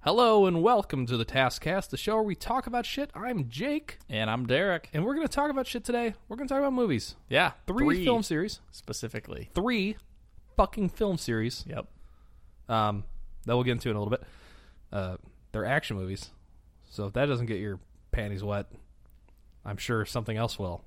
Hello and welcome to the Taskcast, the show where we talk about shit. I'm Jake, And I'm Derek. and we're going to talk about shit today. We're going to talk about movies. Yeah. Three, film series, specifically. three fucking film series Yep. um, that we'll get into in a little bit. Uh, they're action movies, so if that doesn't get your panties wet, I'm sure something else will.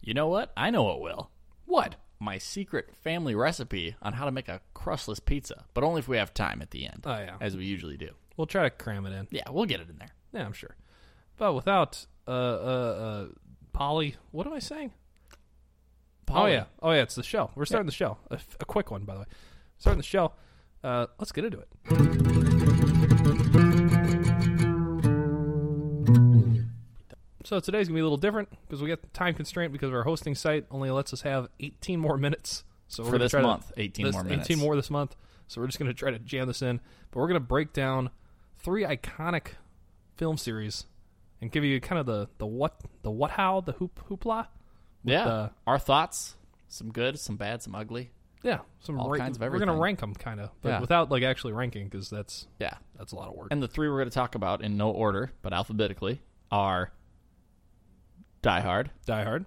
You know what? I know it will. What? My secret family recipe on how to make a crustless pizza, but only if we have time at the end, Oh yeah, as we usually do. we'll try to cram it in. Yeah, we'll get it in there. Yeah, I'm sure. But without uh, uh, uh, Polly, what am I saying? Polly. Oh yeah, oh yeah, it's the show. We're starting the show. A, f- a quick one, by the way. Starting the show. Uh, let's get into it. So today's gonna be a little different because we got the time constraint because our hosting site only lets us have 18 more minutes. So we're For gonna this try to- month, 18 this- more minutes. 18 more this month. So we're just gonna try to jam this in, but we're gonna break down three iconic film series and give you kind of the the what the what how the hoop hoopla. Yeah. the- Our thoughts some good, some bad, some ugly. Yeah, some All rank- kinds of We're gonna everything. rank them kind of, but Yeah. without like actually ranking because that's Yeah. that's a lot of work. And the three we're going to talk about in no order, but alphabetically, are Die Hard, Die Hard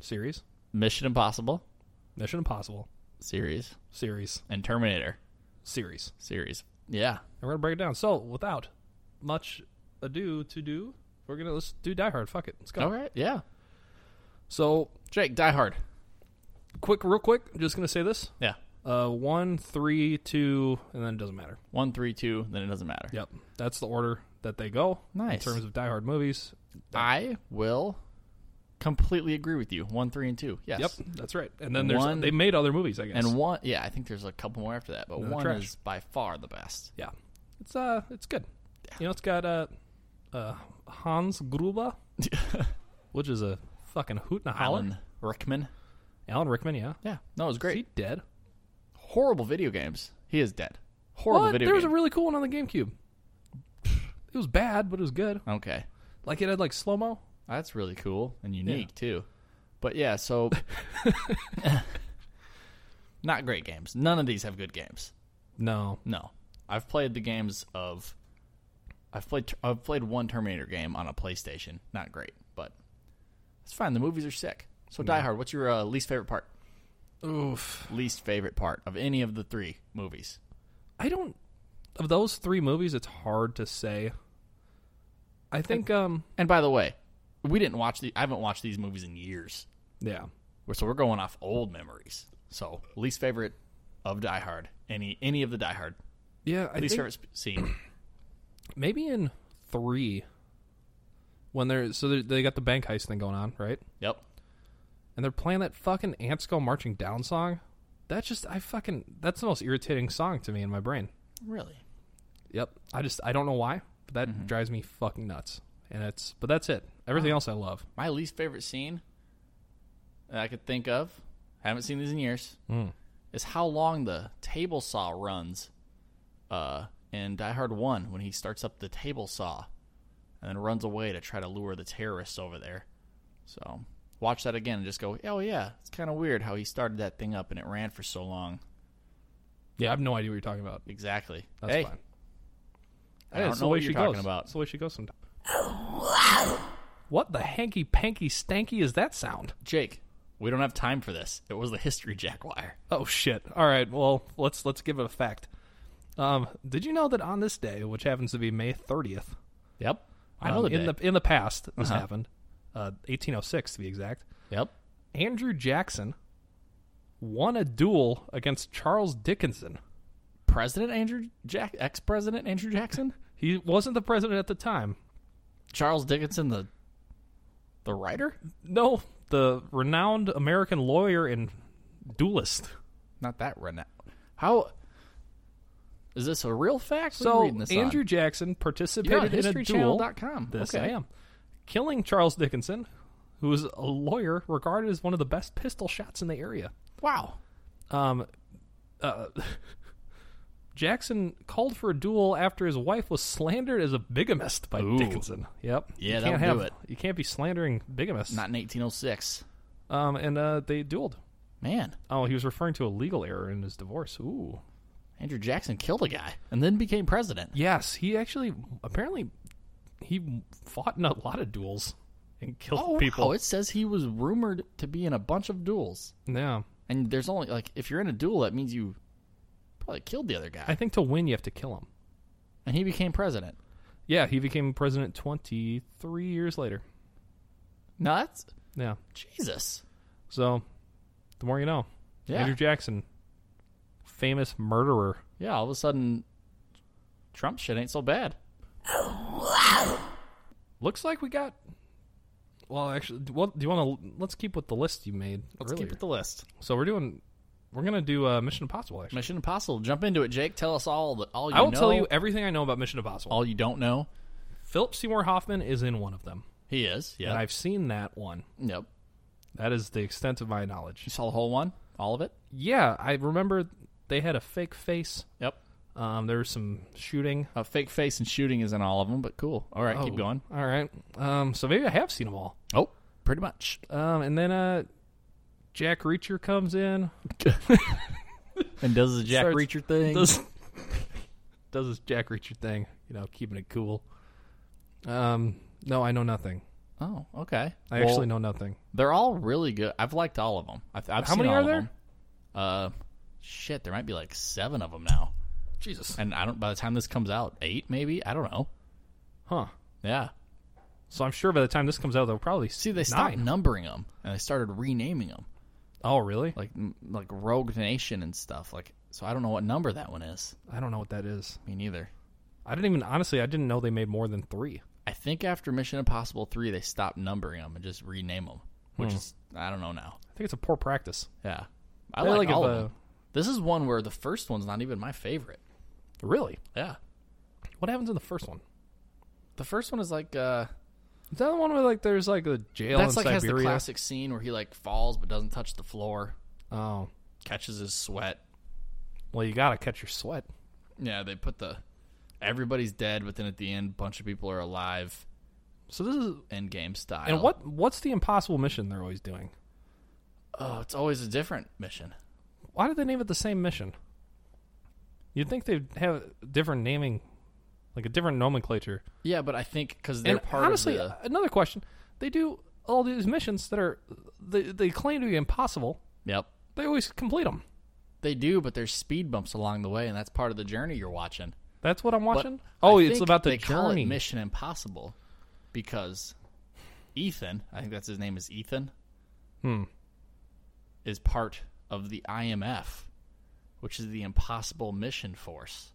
series, Mission Impossible Mission Impossible series, series, and Terminator series. series. Yeah. And we're gonna break it down. So without much ado to do, we're gonna let's do Die Hard. Fuck it, let's go. All right. Yeah. So Jake, Die Hard. quick, real quick, just gonna say this: Yeah. uh, one, three, two, and then it doesn't matter. One, three, two, then it doesn't matter. Yep, that's the order that they go in Nice. terms of Die Hard movies. I will completely agree with you. One, three, and two. Yes. Yep, that's right. And then there's One- they made other movies, I guess. And one, yeah, I think there's a couple more after that, but No, one trash. is by far the best. Yeah, it's uh, it's good. You know, it's got uh, uh, Hans Gruber, which is a fucking hoot and a holler. Alan Rickman. Alan Rickman, yeah, Yeah, no, it was is great. he dead? Horrible video games. He is dead. Horrible what? video There was a game. really cool one on the GameCube. It was bad, but it was good. okay, Like it had like slow mo. that's really cool and unique too. But yeah, so not great games. None of these have good games. No, No, I've played the games of. I've played. I've played one Terminator game on a PlayStation. Not great, but it's fine. The movies are sick. So Die Hard. What's your uh, least favorite part? oof. Least favorite part of any of the three movies? I don't. Of those three movies, it's hard to say. I think um, And by the way, we didn't watch the. I haven't watched these movies in years. yeah. We're- So we're going off old memories. So least favorite of Die Hard. Any any of the Die Hard. Yeah, I least think favorite sp- scene. maybe in three when they're so they they got the bank heist thing going on, right? yep. and they're playing that fucking Ants Go Marching Down song. That's just I fucking that's the most irritating song to me in my brain. Really. Yep. I just I don't know why, but that Mm-hmm. drives me fucking nuts. And it's but that's it. Everything else I love. My least favorite scene that I could think of, haven't seen these in years, Mm. is how long the table saw runs uh, in Die Hard 1 when he starts up the table saw and then runs away to try to lure the terrorists over there. So watch that again and just go, oh yeah, it's kind of weird how he started that thing up and it ran for so long. Yeah, I have no idea what you're talking about. Exactly. That's hey, fine. I Yeah, don't it's know the way what she you're talking goes. about. It's the way she goes sometimes. what the hanky panky stanky is that sound? Jake, we don't have time for this. It was the history jack wire. Oh shit. All right. Well, let's let's give it a fact. Um, did you know that on this day, which happens to be May 30th, Yep. I know um, the in day. the in the past this Uh-huh. happened, uh, 1806 to be exact. Yep. Andrew Jackson won a duel against Charles Dickinson. President Andrew Jack, ex President Andrew Jackson, He wasn't the president at the time. Charles Dickinson, the the writer, No, the renowned American lawyer and duelist. not that renowned. How is this a real fact? What are you So reading this on? Andrew Jackson You're on participated in a duel. HistoryChannel.com. This okay. I am. Killing Charles Dickinson, who was a lawyer regarded as one of the best pistol shots in the area. Wow. Um, uh, Jackson called for a duel after his wife was slandered as a bigamist by Ooh. Dickinson. Yep. Yeah, you can't that'll have, do it. You can't be slandering bigamists. Not in 1806. Um, and uh, they dueled. Man, Oh, he was referring to a legal error in his divorce. Ooh, Andrew Jackson killed a guy and then became president. Yes, he actually apparently he fought in a lot of duels and killed people. Oh, wow, it says he was rumored to be in a bunch of duels. yeah, And there's only like if you're in a duel, that means you probably killed the other guy. I think to win you have to kill him. and he became president. Yeah, he became president 23 years later. No, that's Yeah, Jesus. so the more you know. Yeah, Andrew Jackson, famous murderer. yeah. All of a sudden, Trump shit ain't so bad. Looks like we got. Well, actually, what do you want to? Let's keep with the list you made Let's earlier. keep with the list. so we're doing. We're gonna do uh, Mission Impossible. Actually, Mission Impossible. Jump into it, Jake. Tell us all that all you I will know, tell you everything I know about Mission Impossible. all you don't know. Philip Seymour Hoffman is in one of them, He is. and Yeah. I've seen that one. Yep. That is the extent of my knowledge. You saw the whole one, all of it. Yeah, I remember they had a fake face. Yep. Um, there was some shooting. A fake face and shooting is in all of them, but cool. All right, keep Oh, going. All right. Um, so maybe I have seen them all. Oh, pretty much. Um, and then uh, Jack Reacher comes in. And does the Jack Starts- Reacher thing? does does this Jack Reacher thing, you know, keeping it cool. Um, no, I know nothing. oh, okay. I Well, actually know nothing. They're all really good. I've liked all of them. I've, I've How seen many all are of there? 'em. Uh, shit, there might be like seven of them now. Jesus, And I don't. By the time this comes out, eight maybe. I don't know. huh? Yeah. So I'm sure by the time this comes out, they'll probably See, they stopped nine. numbering them and they started renaming them, Oh, really? like m- like Rogue Nation and stuff. Like, so I don't know what number that one is. I don't know what that is. Me neither. I didn't even honestly. I didn't know they made more than three. I think after Mission Impossible three, they stopped numbering them and just rename them, which Hmm. is I don't know now. I think it's a poor practice. Yeah, I They're like, like if, all uh, of them. This is one where the first one's not even my favorite. Really? Yeah, What happens in the first one? the first one is like uh, Is that the one where like there's like a jail that's in like has the Siberia? classic scene where he like falls but doesn't touch the floor, oh, catches his sweat. well, you gotta catch your sweat. Yeah, they put the everybody's dead, but then at the end, a bunch of people are alive. So this is End game style. and what what's the impossible mission they're always doing? Oh, it's always a different mission. Why did they name it the same mission? You'd think they'd have different naming, like a different nomenclature. Yeah, but I think because they're And part honestly, uh, of the another question: They do all these missions that are they, they claim to be impossible. yep. They always complete them. They do, but there's speed bumps along the way, and that's part of the journey you're watching. That's what I'm But watching. oh, I it's think about the they journey. Call it Mission Impossible because Ethan, I think that's his name is Ethan, Hmm. is part of the IMF, which is the Impossible Mission Force.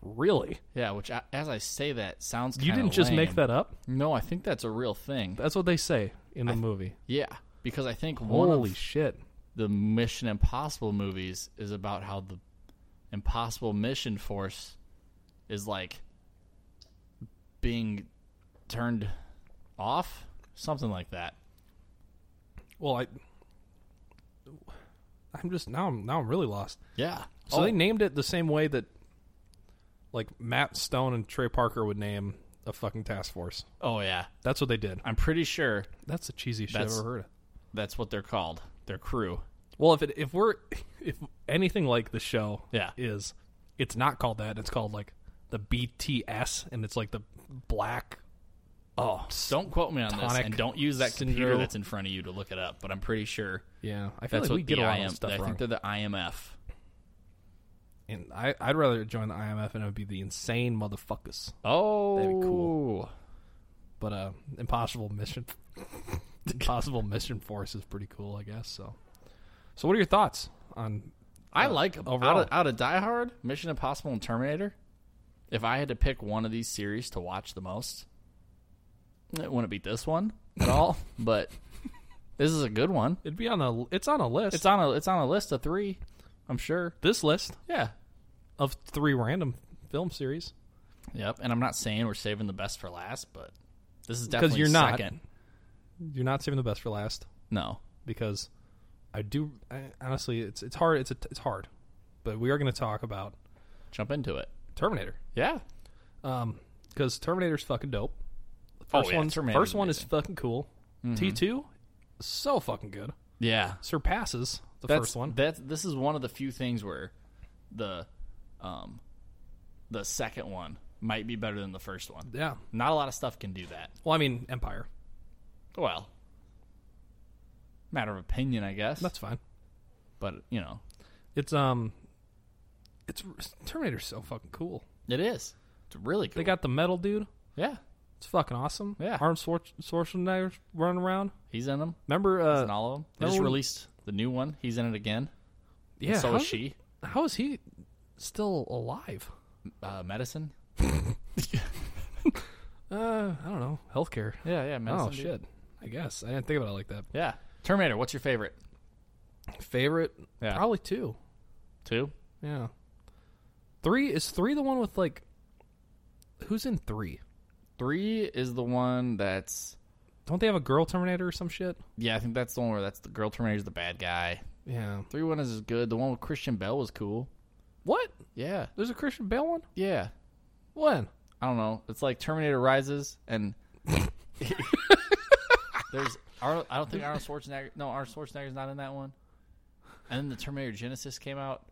Really? Yeah, which I, as I say that sounds You kinda didn't just make lame. that up. No, I think that's a real thing. That's what they say in the movie. Yeah, because I think one Holy of shit! the Mission Impossible movies is about how the Impossible Mission Force is like being turned off, something like that. Well, I, I'm just now. I'm now I'm really lost. Yeah. So oh, they named it the same way that, like Matt Stone and Trey Parker would name a fucking task force. oh yeah, That's what they did. I'm pretty sure That's the cheesiest shit I've That's- ever heard. Of. that's what they're called. Their crew. Well, if it if we're if anything like the show Yeah. is, it's not called that. It's called like the BTS, and it's like the black. Oh Don't quote me on this, Tonic and don't use that computer syndrome. that's in front of you to look it up. But I'm pretty sure yeah, I feel like that's what we get the a lot IM of this stuff I wrong. think they're the IMF. and I I'd rather join the IMF and it would be the insane motherfuckers. Oh, That'd be cool. But uh, impossible mission, impossible mission force is pretty cool, I guess. So, so what are your thoughts on? I like 'em. overall. Out of, out of Die Hard, Mission Impossible, and Terminator, if I had to pick one of these series to watch the most, it wouldn't be this one at all. but this is a good one. It'd be on a. It's on a list. It's on a it's on a list of three. I'm sure. this list Yeah. of three random film series Yep. And I'm not saying we're saving the best for last, but this is because definitely you're not. second. You're not saving the best for last No. because I do. I, honestly, it's it's hard. It's a, it's hard, but we are going to talk about Jump into it. Terminator Yeah. Um 'cause because Terminator's fucking dope. The first Oh, yeah, one's- Terminator's Oh, Mm-hmm. first one is fucking cool. T two, so fucking good. Yeah. Surpasses the That's- first one. That's this is one of the few things where the um, the second one might be better than the first one. Yeah. Not a lot of stuff can do that. Well, I mean, Empire. Well, matter of opinion, I guess. That's fine. but you know, It's um, it's Terminator's so fucking cool. it is. It's really cool. They got the metal dude. yeah, It's fucking awesome. Yeah. Arnold Schwar- Schwarzenegger's running around. he's in them. Remember? He's Uh, in all of them. They just remember- released the new one. He's in it again. And yeah. so how, is she. How is he still alive? Uh, medicine. Uh, I don't know. Healthcare. Yeah, yeah. oh shit. I guess I didn't think about it like that. Yeah. Terminator. What's your favorite? Favorite? Yeah. Probably two. Two. Yeah. Three is three the one with like. Who's in three? Three is the one that's. Don't they have a girl Terminator or some shit? Yeah, I think that's the one where that's the girl Terminator's the bad guy. Yeah. Three one is good. The one with Christian Bell was cool. What? Yeah. There's a Christian Bale one? Yeah. When? I don't know. It's like Terminator Rises and there's Ar- I don't think Arnold Schwarzenegger. No, Arnold Schwarzenegger's not in that one. And then the Terminator Genesis came out.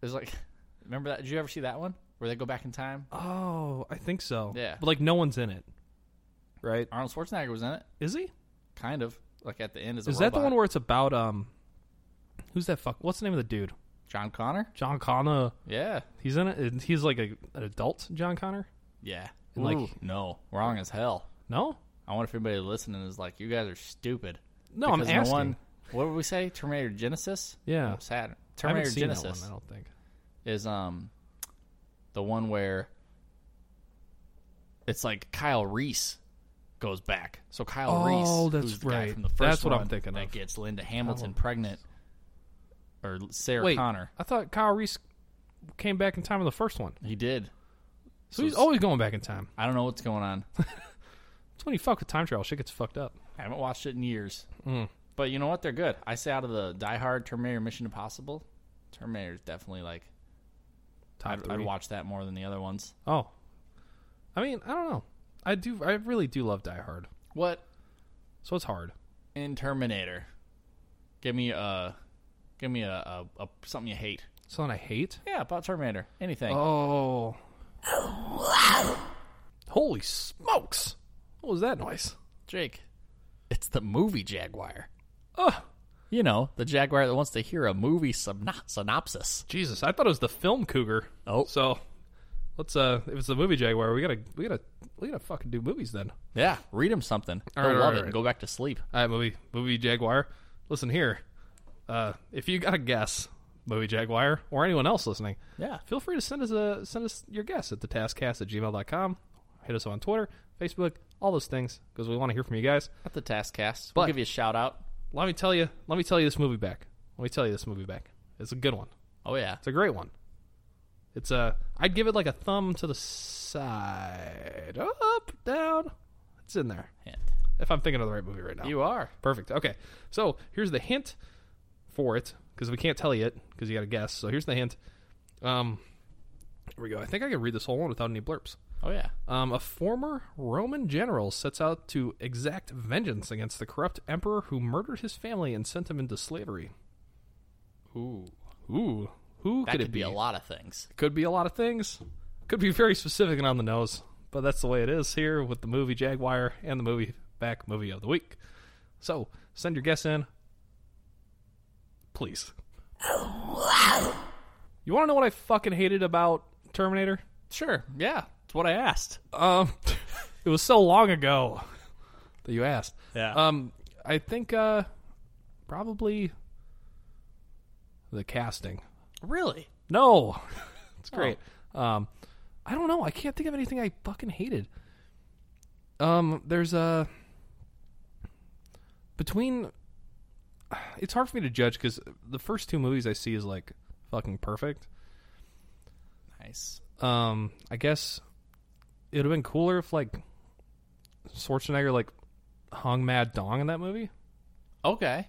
There's like, remember that? Did you ever see that one where they go back in time? Oh, I think so. Yeah. But like no one's in it. Right? Arnold Schwarzenegger was in it, Is he? kind of. Like at the end, as a Is that the robot. one where it's about um who's that fuck what's the name of the dude? John Connor? John Connor. Yeah, He's in it and he's like a, an adult John Connor? yeah. And, like- Ooh, no, wrong as hell. No? I wonder if everybody listening is like, you guys are stupid. No, I'm Because in the asking. one- what did we say? Terminator Genesis? Yeah. Oh, Saturn. I haven't Terminator seen that Genesis. one, I don't think. is um the one where it's like Kyle Reese goes back. So Kyle Oh, Reese, that's who's the guy right. from the first That's what I'm one thinking that of. gets Linda Hamilton pregnant, or Sarah Wait, Connor. I thought Kyle Reese came back in time in the first one. He did. So he's always going back in time. I don't know what's going on. It's when you fuck with time travel, shit gets fucked up. I haven't watched it in years. Mm. But you know what? They're good. I say out of the Die Hard, Terminator, Mission Impossible, Terminator is definitely like Top I'd, three. I'd watch that more than the other ones. Oh, I mean, I don't know. I do. I really do love Die Hard, What so it's hard. in Terminator? Give me a, give me a, a, a something you hate. Something I hate. Yeah, about Terminator. Anything. Oh, holy smokes! What was that noise? Jake, it's the movie Jaguar. Oh, You know, the Jaguar that wants to hear a movie syno- synopsis. Jesus! I thought it was the film Cougar. Oh. so let's. uh If it's the movie Jaguar, we gotta, we gotta, we gotta fucking do movies then. Yeah, read him something. All He'll right, all love right, it all right. and go back to sleep. All right, movie, movie Jaguar. Listen here. Uh, if you got a guess, movie Jaguar, or anyone else listening, Yeah. feel free to send us a send us your guess at the taskcast at gmail.com hit us on twitter facebook all those things because we want to hear from you guys At the Taskcast. But- we'll give you a shout out. let me tell you let me tell you this movie back let me tell you this movie back it's a good one Oh, yeah. it's a great one it's a i'd give it like a thumb to the side up down it's in there Hint. if i'm thinking of the right movie right now You are. Perfect. Okay. So here's the hint for it because we can't tell you it because you got to guess. So here's the hint. Um, here we go. I think I can read this whole one without any blurps. Oh, yeah. Um, a former Roman general sets out to exact vengeance against the corrupt emperor who murdered his family and sent him into slavery. Ooh. Ooh, who That could, could, it be? a lot of things. Could be a lot of things. Could be very specific and on the nose, but that's the way it is here with the movie Jaguar and the movie back movie of the week. So send your guess in, please. You want to know what I fucking hated about Terminator? Sure. Yeah. It's what I asked. Um, it was so long ago that you asked. Yeah. Um, I think uh, probably the casting. really? No, it's great. Um, I don't know. I can't think of anything I fucking hated. Um, there's a between. It's hard for me to judge because the first two movies I see is like fucking perfect. Nice. Um, I guess it would have been cooler if like Schwarzenegger like hung Mad Dong in that movie. Okay.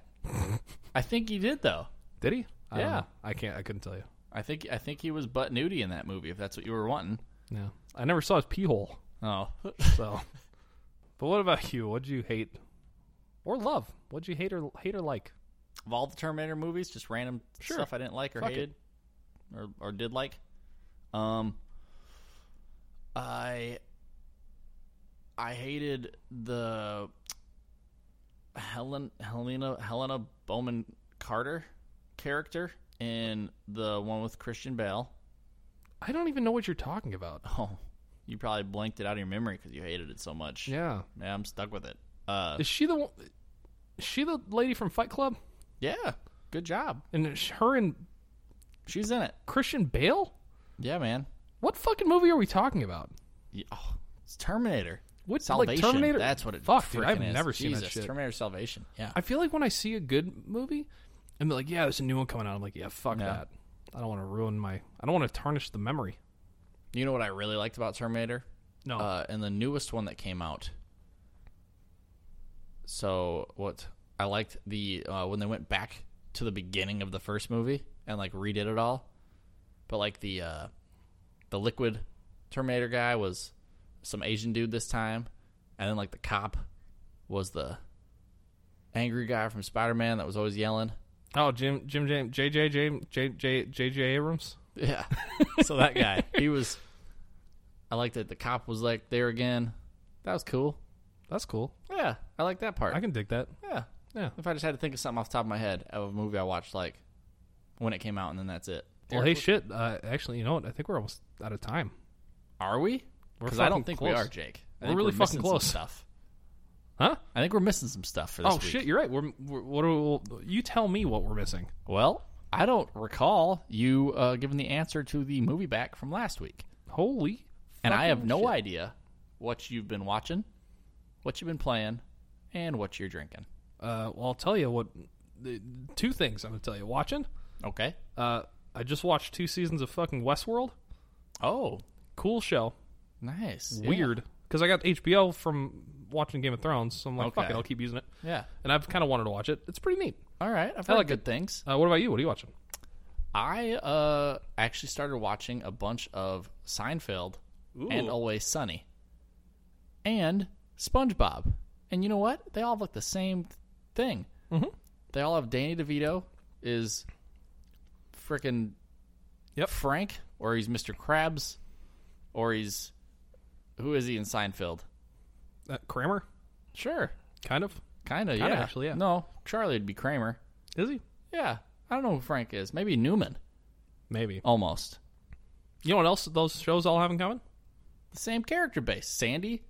I think he did, though. Did he? I don't Yeah. know. I can't. I couldn't tell you. I think I think he was butt nudie in that movie, if that's what you were wanting. No, I never saw his pee hole. Oh. So, but what about you? What'd you hate or love? What'd you hate or hate or like? of all the Terminator movies, just random Sure. stuff I didn't like or Fuck it. hated. or, or did like. Um, I I hated the Helen Helena Helena Bowman Carter character in the one with Christian Bale. I don't even know what you're talking about. Oh, you probably blanked it out of your memory because you hated it so much. Yeah, Yeah, I'm stuck with it. Uh, is she the one? Is she the lady from Fight Club? yeah, good job. And it's her and She's in it. Christian Bale? Yeah, man. What fucking movie are we talking about? Yeah, oh, it's Terminator. What, like Salvation? Terminator? That's what it. Fuck, dude, freaking I've is. never seen that Jesus, shit. Terminator Salvation. Yeah. I feel like when I see a good movie, and they're like, "Yeah, there's a new one coming out," I'm like, "Yeah, fuck Yeah. that." I don't want to ruin my. I don't want to tarnish the memory. You know what I really liked about Terminator? No, Uh, and the newest one that came out. So what I liked the uh, when they went back to the beginning of the first movie and like redid it all, but like the uh, the liquid Terminator guy was some Asian dude this time, and then like the cop was the angry guy from Spider Man that was always yelling. oh Jim Jim Jam J J J J J J J Abrams. Yeah. so that guy, he was. I liked that the cop was like there again. That was cool. That's cool. Yeah, I like that part. I can dig that. yeah, Yeah. If I just had to think of something off the top of my head of a movie I watched like when it came out, and then that's it. Well, hey, shit. Uh, actually, you know what? I think we're almost out of time. are we? We're Because I fucking don't think we close. are, Jake. I We're think really fucking missing some close. stuff. Huh? I think we're missing some stuff for this Oh week. shit, you're right. We're, we're what? Are we, you tell me what we're missing. Well, I don't recall you uh, giving the answer to the movie back from last week, Holy. and I fucking have no shit. idea what you've been watching, what you've been playing, and what you're drinking. Uh, well, I'll tell you what. The, two things I'm gonna tell you. Watching. Okay. Uh, I just watched two seasons of fucking Westworld. Oh, Cool show. nice. Yeah. Weird. Because I got HBO from watching Game of Thrones, so I'm like, fuck Okay. it, I'll keep using it. Yeah. And I've kind of wanted to watch it. It's pretty neat. All right. I've heard like good things. Uh, what about you? What are you watching? I uh actually started watching a bunch of Seinfeld and Ooh. Always Sunny and SpongeBob. And you know what? They all look the same th- thing. Mm-hmm. They all have Danny DeVito is freaking Yep. Frank, or he's Mr. Krabs, or he's who is he in Seinfeld? Uh, Kramer? Sure, Kind of. kind of, yeah. Kinda, actually, yeah. No, Charlie would be Kramer. Is he? Yeah, I don't know who Frank is. Maybe Newman, Maybe. almost. You know what else those shows all have in common? The same character base. Sandy.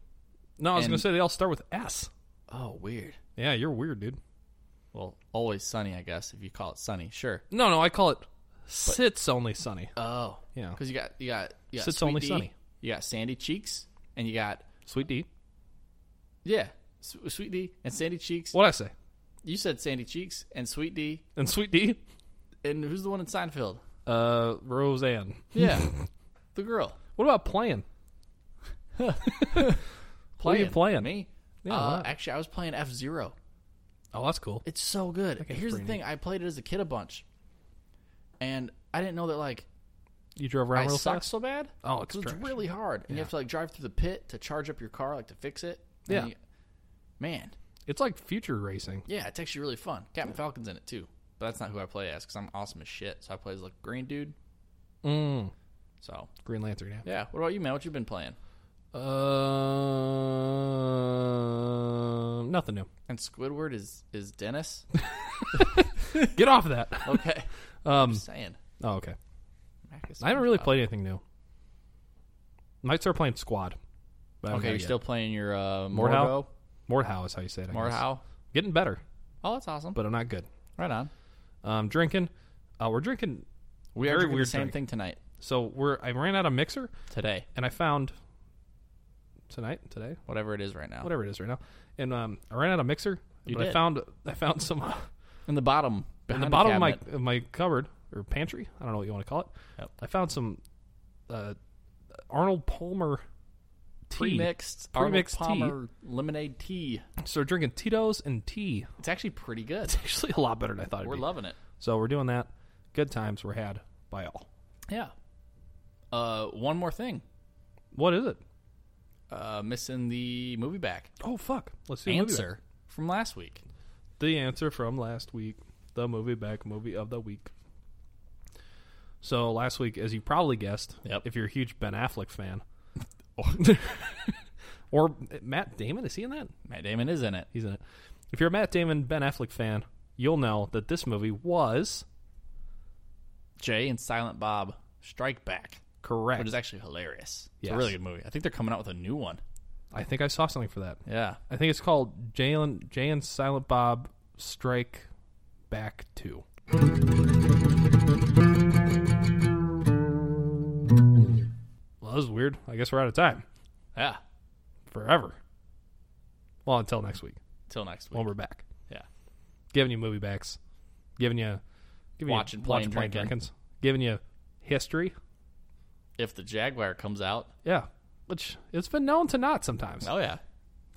No, I was And- going to say they all start with S. Oh, weird. Yeah, you're weird, dude. Well, always sunny, I guess. If you call it sunny, sure. No, no, I call it Sits Only Sunny. Oh, Yeah. Because you got you got you got Sits Sweet only D, sunny. You got Sandy Cheeks, and you got Sweet D. yeah, S- Sweet D and Sandy Cheeks. What'd I say? You said Sandy Cheeks and Sweet D, And Sweet D? and who's the one in Seinfeld? Uh, Roseanne. Yeah, the girl. What about playing? Playing. you playing? Me. Yeah, uh, why? Actually, I was playing F Zero. Oh, that's cool. It's so good. game's Here's the pretty thing: I played it as a kid a bunch, and I didn't know that like You drove around I real suck fast? so bad. Oh, it's 'Cause trash. really hard, and you have to like drive through the pit to charge up your car, like to fix it. And Yeah. you- man, It's like future racing. yeah, it's actually really fun. Captain Falcon's in it too, but that's not who I play as because I'm awesome as shit. So I play as like green dude. Mm. So Green Lantern, yeah. yeah, what about you, man? What you been playing? Um, nothing new. And Squidward is is Dennis. Get off of that. Okay, Um, just saying. oh, okay. Marcus I haven't really SpongeBob. played anything new. Might start playing Squad. but I haven't Okay, done it you're still playing your uh, Mordhau? Mordhau. yet. Mordhau is how you say it. I guess. Mordhau. Getting better, Oh, that's awesome. but I'm not good. Right on. Um, drinking. Uh, we're drinking. We Very are doing the weird same drink. thing tonight. So we're. I ran out of mixer, Today, and I found tonight, today, whatever it is right now. whatever it is right now, and um, I ran out of mixer. You but I did. found I found some uh, In the bottom, in behind the bottom cabinet. of my of my cupboard or pantry. I don't know what you want to call it. Yep. I found some uh, Arnold Palmer tea. pre-mixed, Pre-mixed Arnold tea. Palmer lemonade tea. So we're drinking Tito's and tea. It's actually pretty good. It's actually a lot better than I thought. It'd We're be. loving it. so we're doing that. Good times were had by all. Yeah. Uh, one more thing. What is it? Uh, missing the movie back Oh fuck! Let's see. the movie answer from last week. back. The answer from last week. The movie back movie of the week. So last week, as you probably guessed, Yep. Oh. if you're a huge Ben Affleck fan, or uh, Matt Damon, is he in that? Matt Damon is in it. He's in it. If you're a Matt Damon Ben Affleck fan, you'll know that this movie was Jay and Silent Bob Strike Back, correct. which is actually hilarious. It's Yes. a really good movie. I think they're coming out with a new one. I think I saw something for that. Yeah. I think it's called Jay and, Jay and Silent Bob Strike Back 2. Well, that was weird. I guess we're out of time Yeah. forever. Well, until next week Till next week. when we're back. Yeah. Giving you movie backs, giving you giving Watching, you, playing, playing, drinking. drinkings, giving you history. If the Jaguar comes out, Yeah, which it's been known to not sometimes. oh yeah,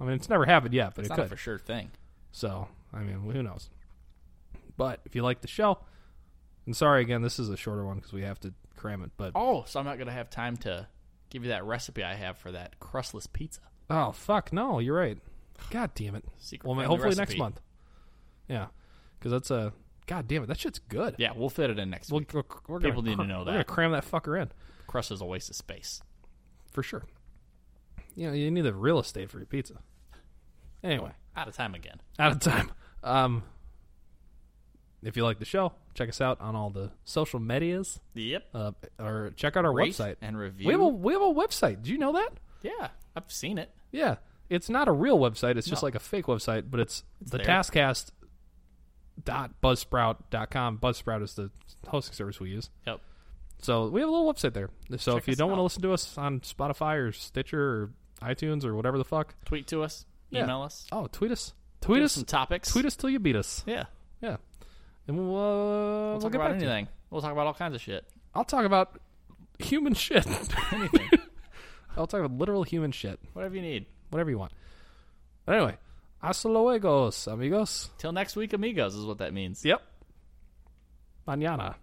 I mean, it's never happened yet, but it's it not could. a for sure thing. So, I mean, who knows? But if you like the show, and sorry again, this is a shorter one because we have to cram it. But Oh, so I'm not gonna have time to give you that recipe I have for that crustless pizza. oh fuck, no, you're right. God damn it. Secret Well, man, family hopefully next recipe. month. Yeah, because that's a god damn it. That shit's good. Yeah, we'll fit it in next We'll, week. we're we're gonna People need to cr- know We're gonna that. cram that fucker in Crust is a waste of space. for sure. You know, you need the real estate for your pizza. Anyway, Out of time again. out of time. Um, if you like the show, check us out on all the social medias, Yep. uh, or check out our Rate website. and review. We have a we have a website. Do you know that? yeah, I've seen it. Yeah, it's not a real website. It's just No. like a fake website, but it's, the there. Taskcast dot buzzsprout.com buzzsprout is the hosting service we use Yep. so we have a little website there so Check if you us don't want to out. listen to us on spotify or stitcher or itunes or whatever the fuck Tweet to us. Yeah. Email us. oh tweet us tweet Give us some topics. tweet us till you beat us Yeah. yeah and we'll, uh, We'll, we'll talk get about back to you. anything. We'll talk about all kinds of shit. i'll talk about human shit Anything. i'll talk about literal human shit Whatever you need. whatever you want but anyway hasta luego amigos Till next week, amigos, is what that means. Yep. Mañana.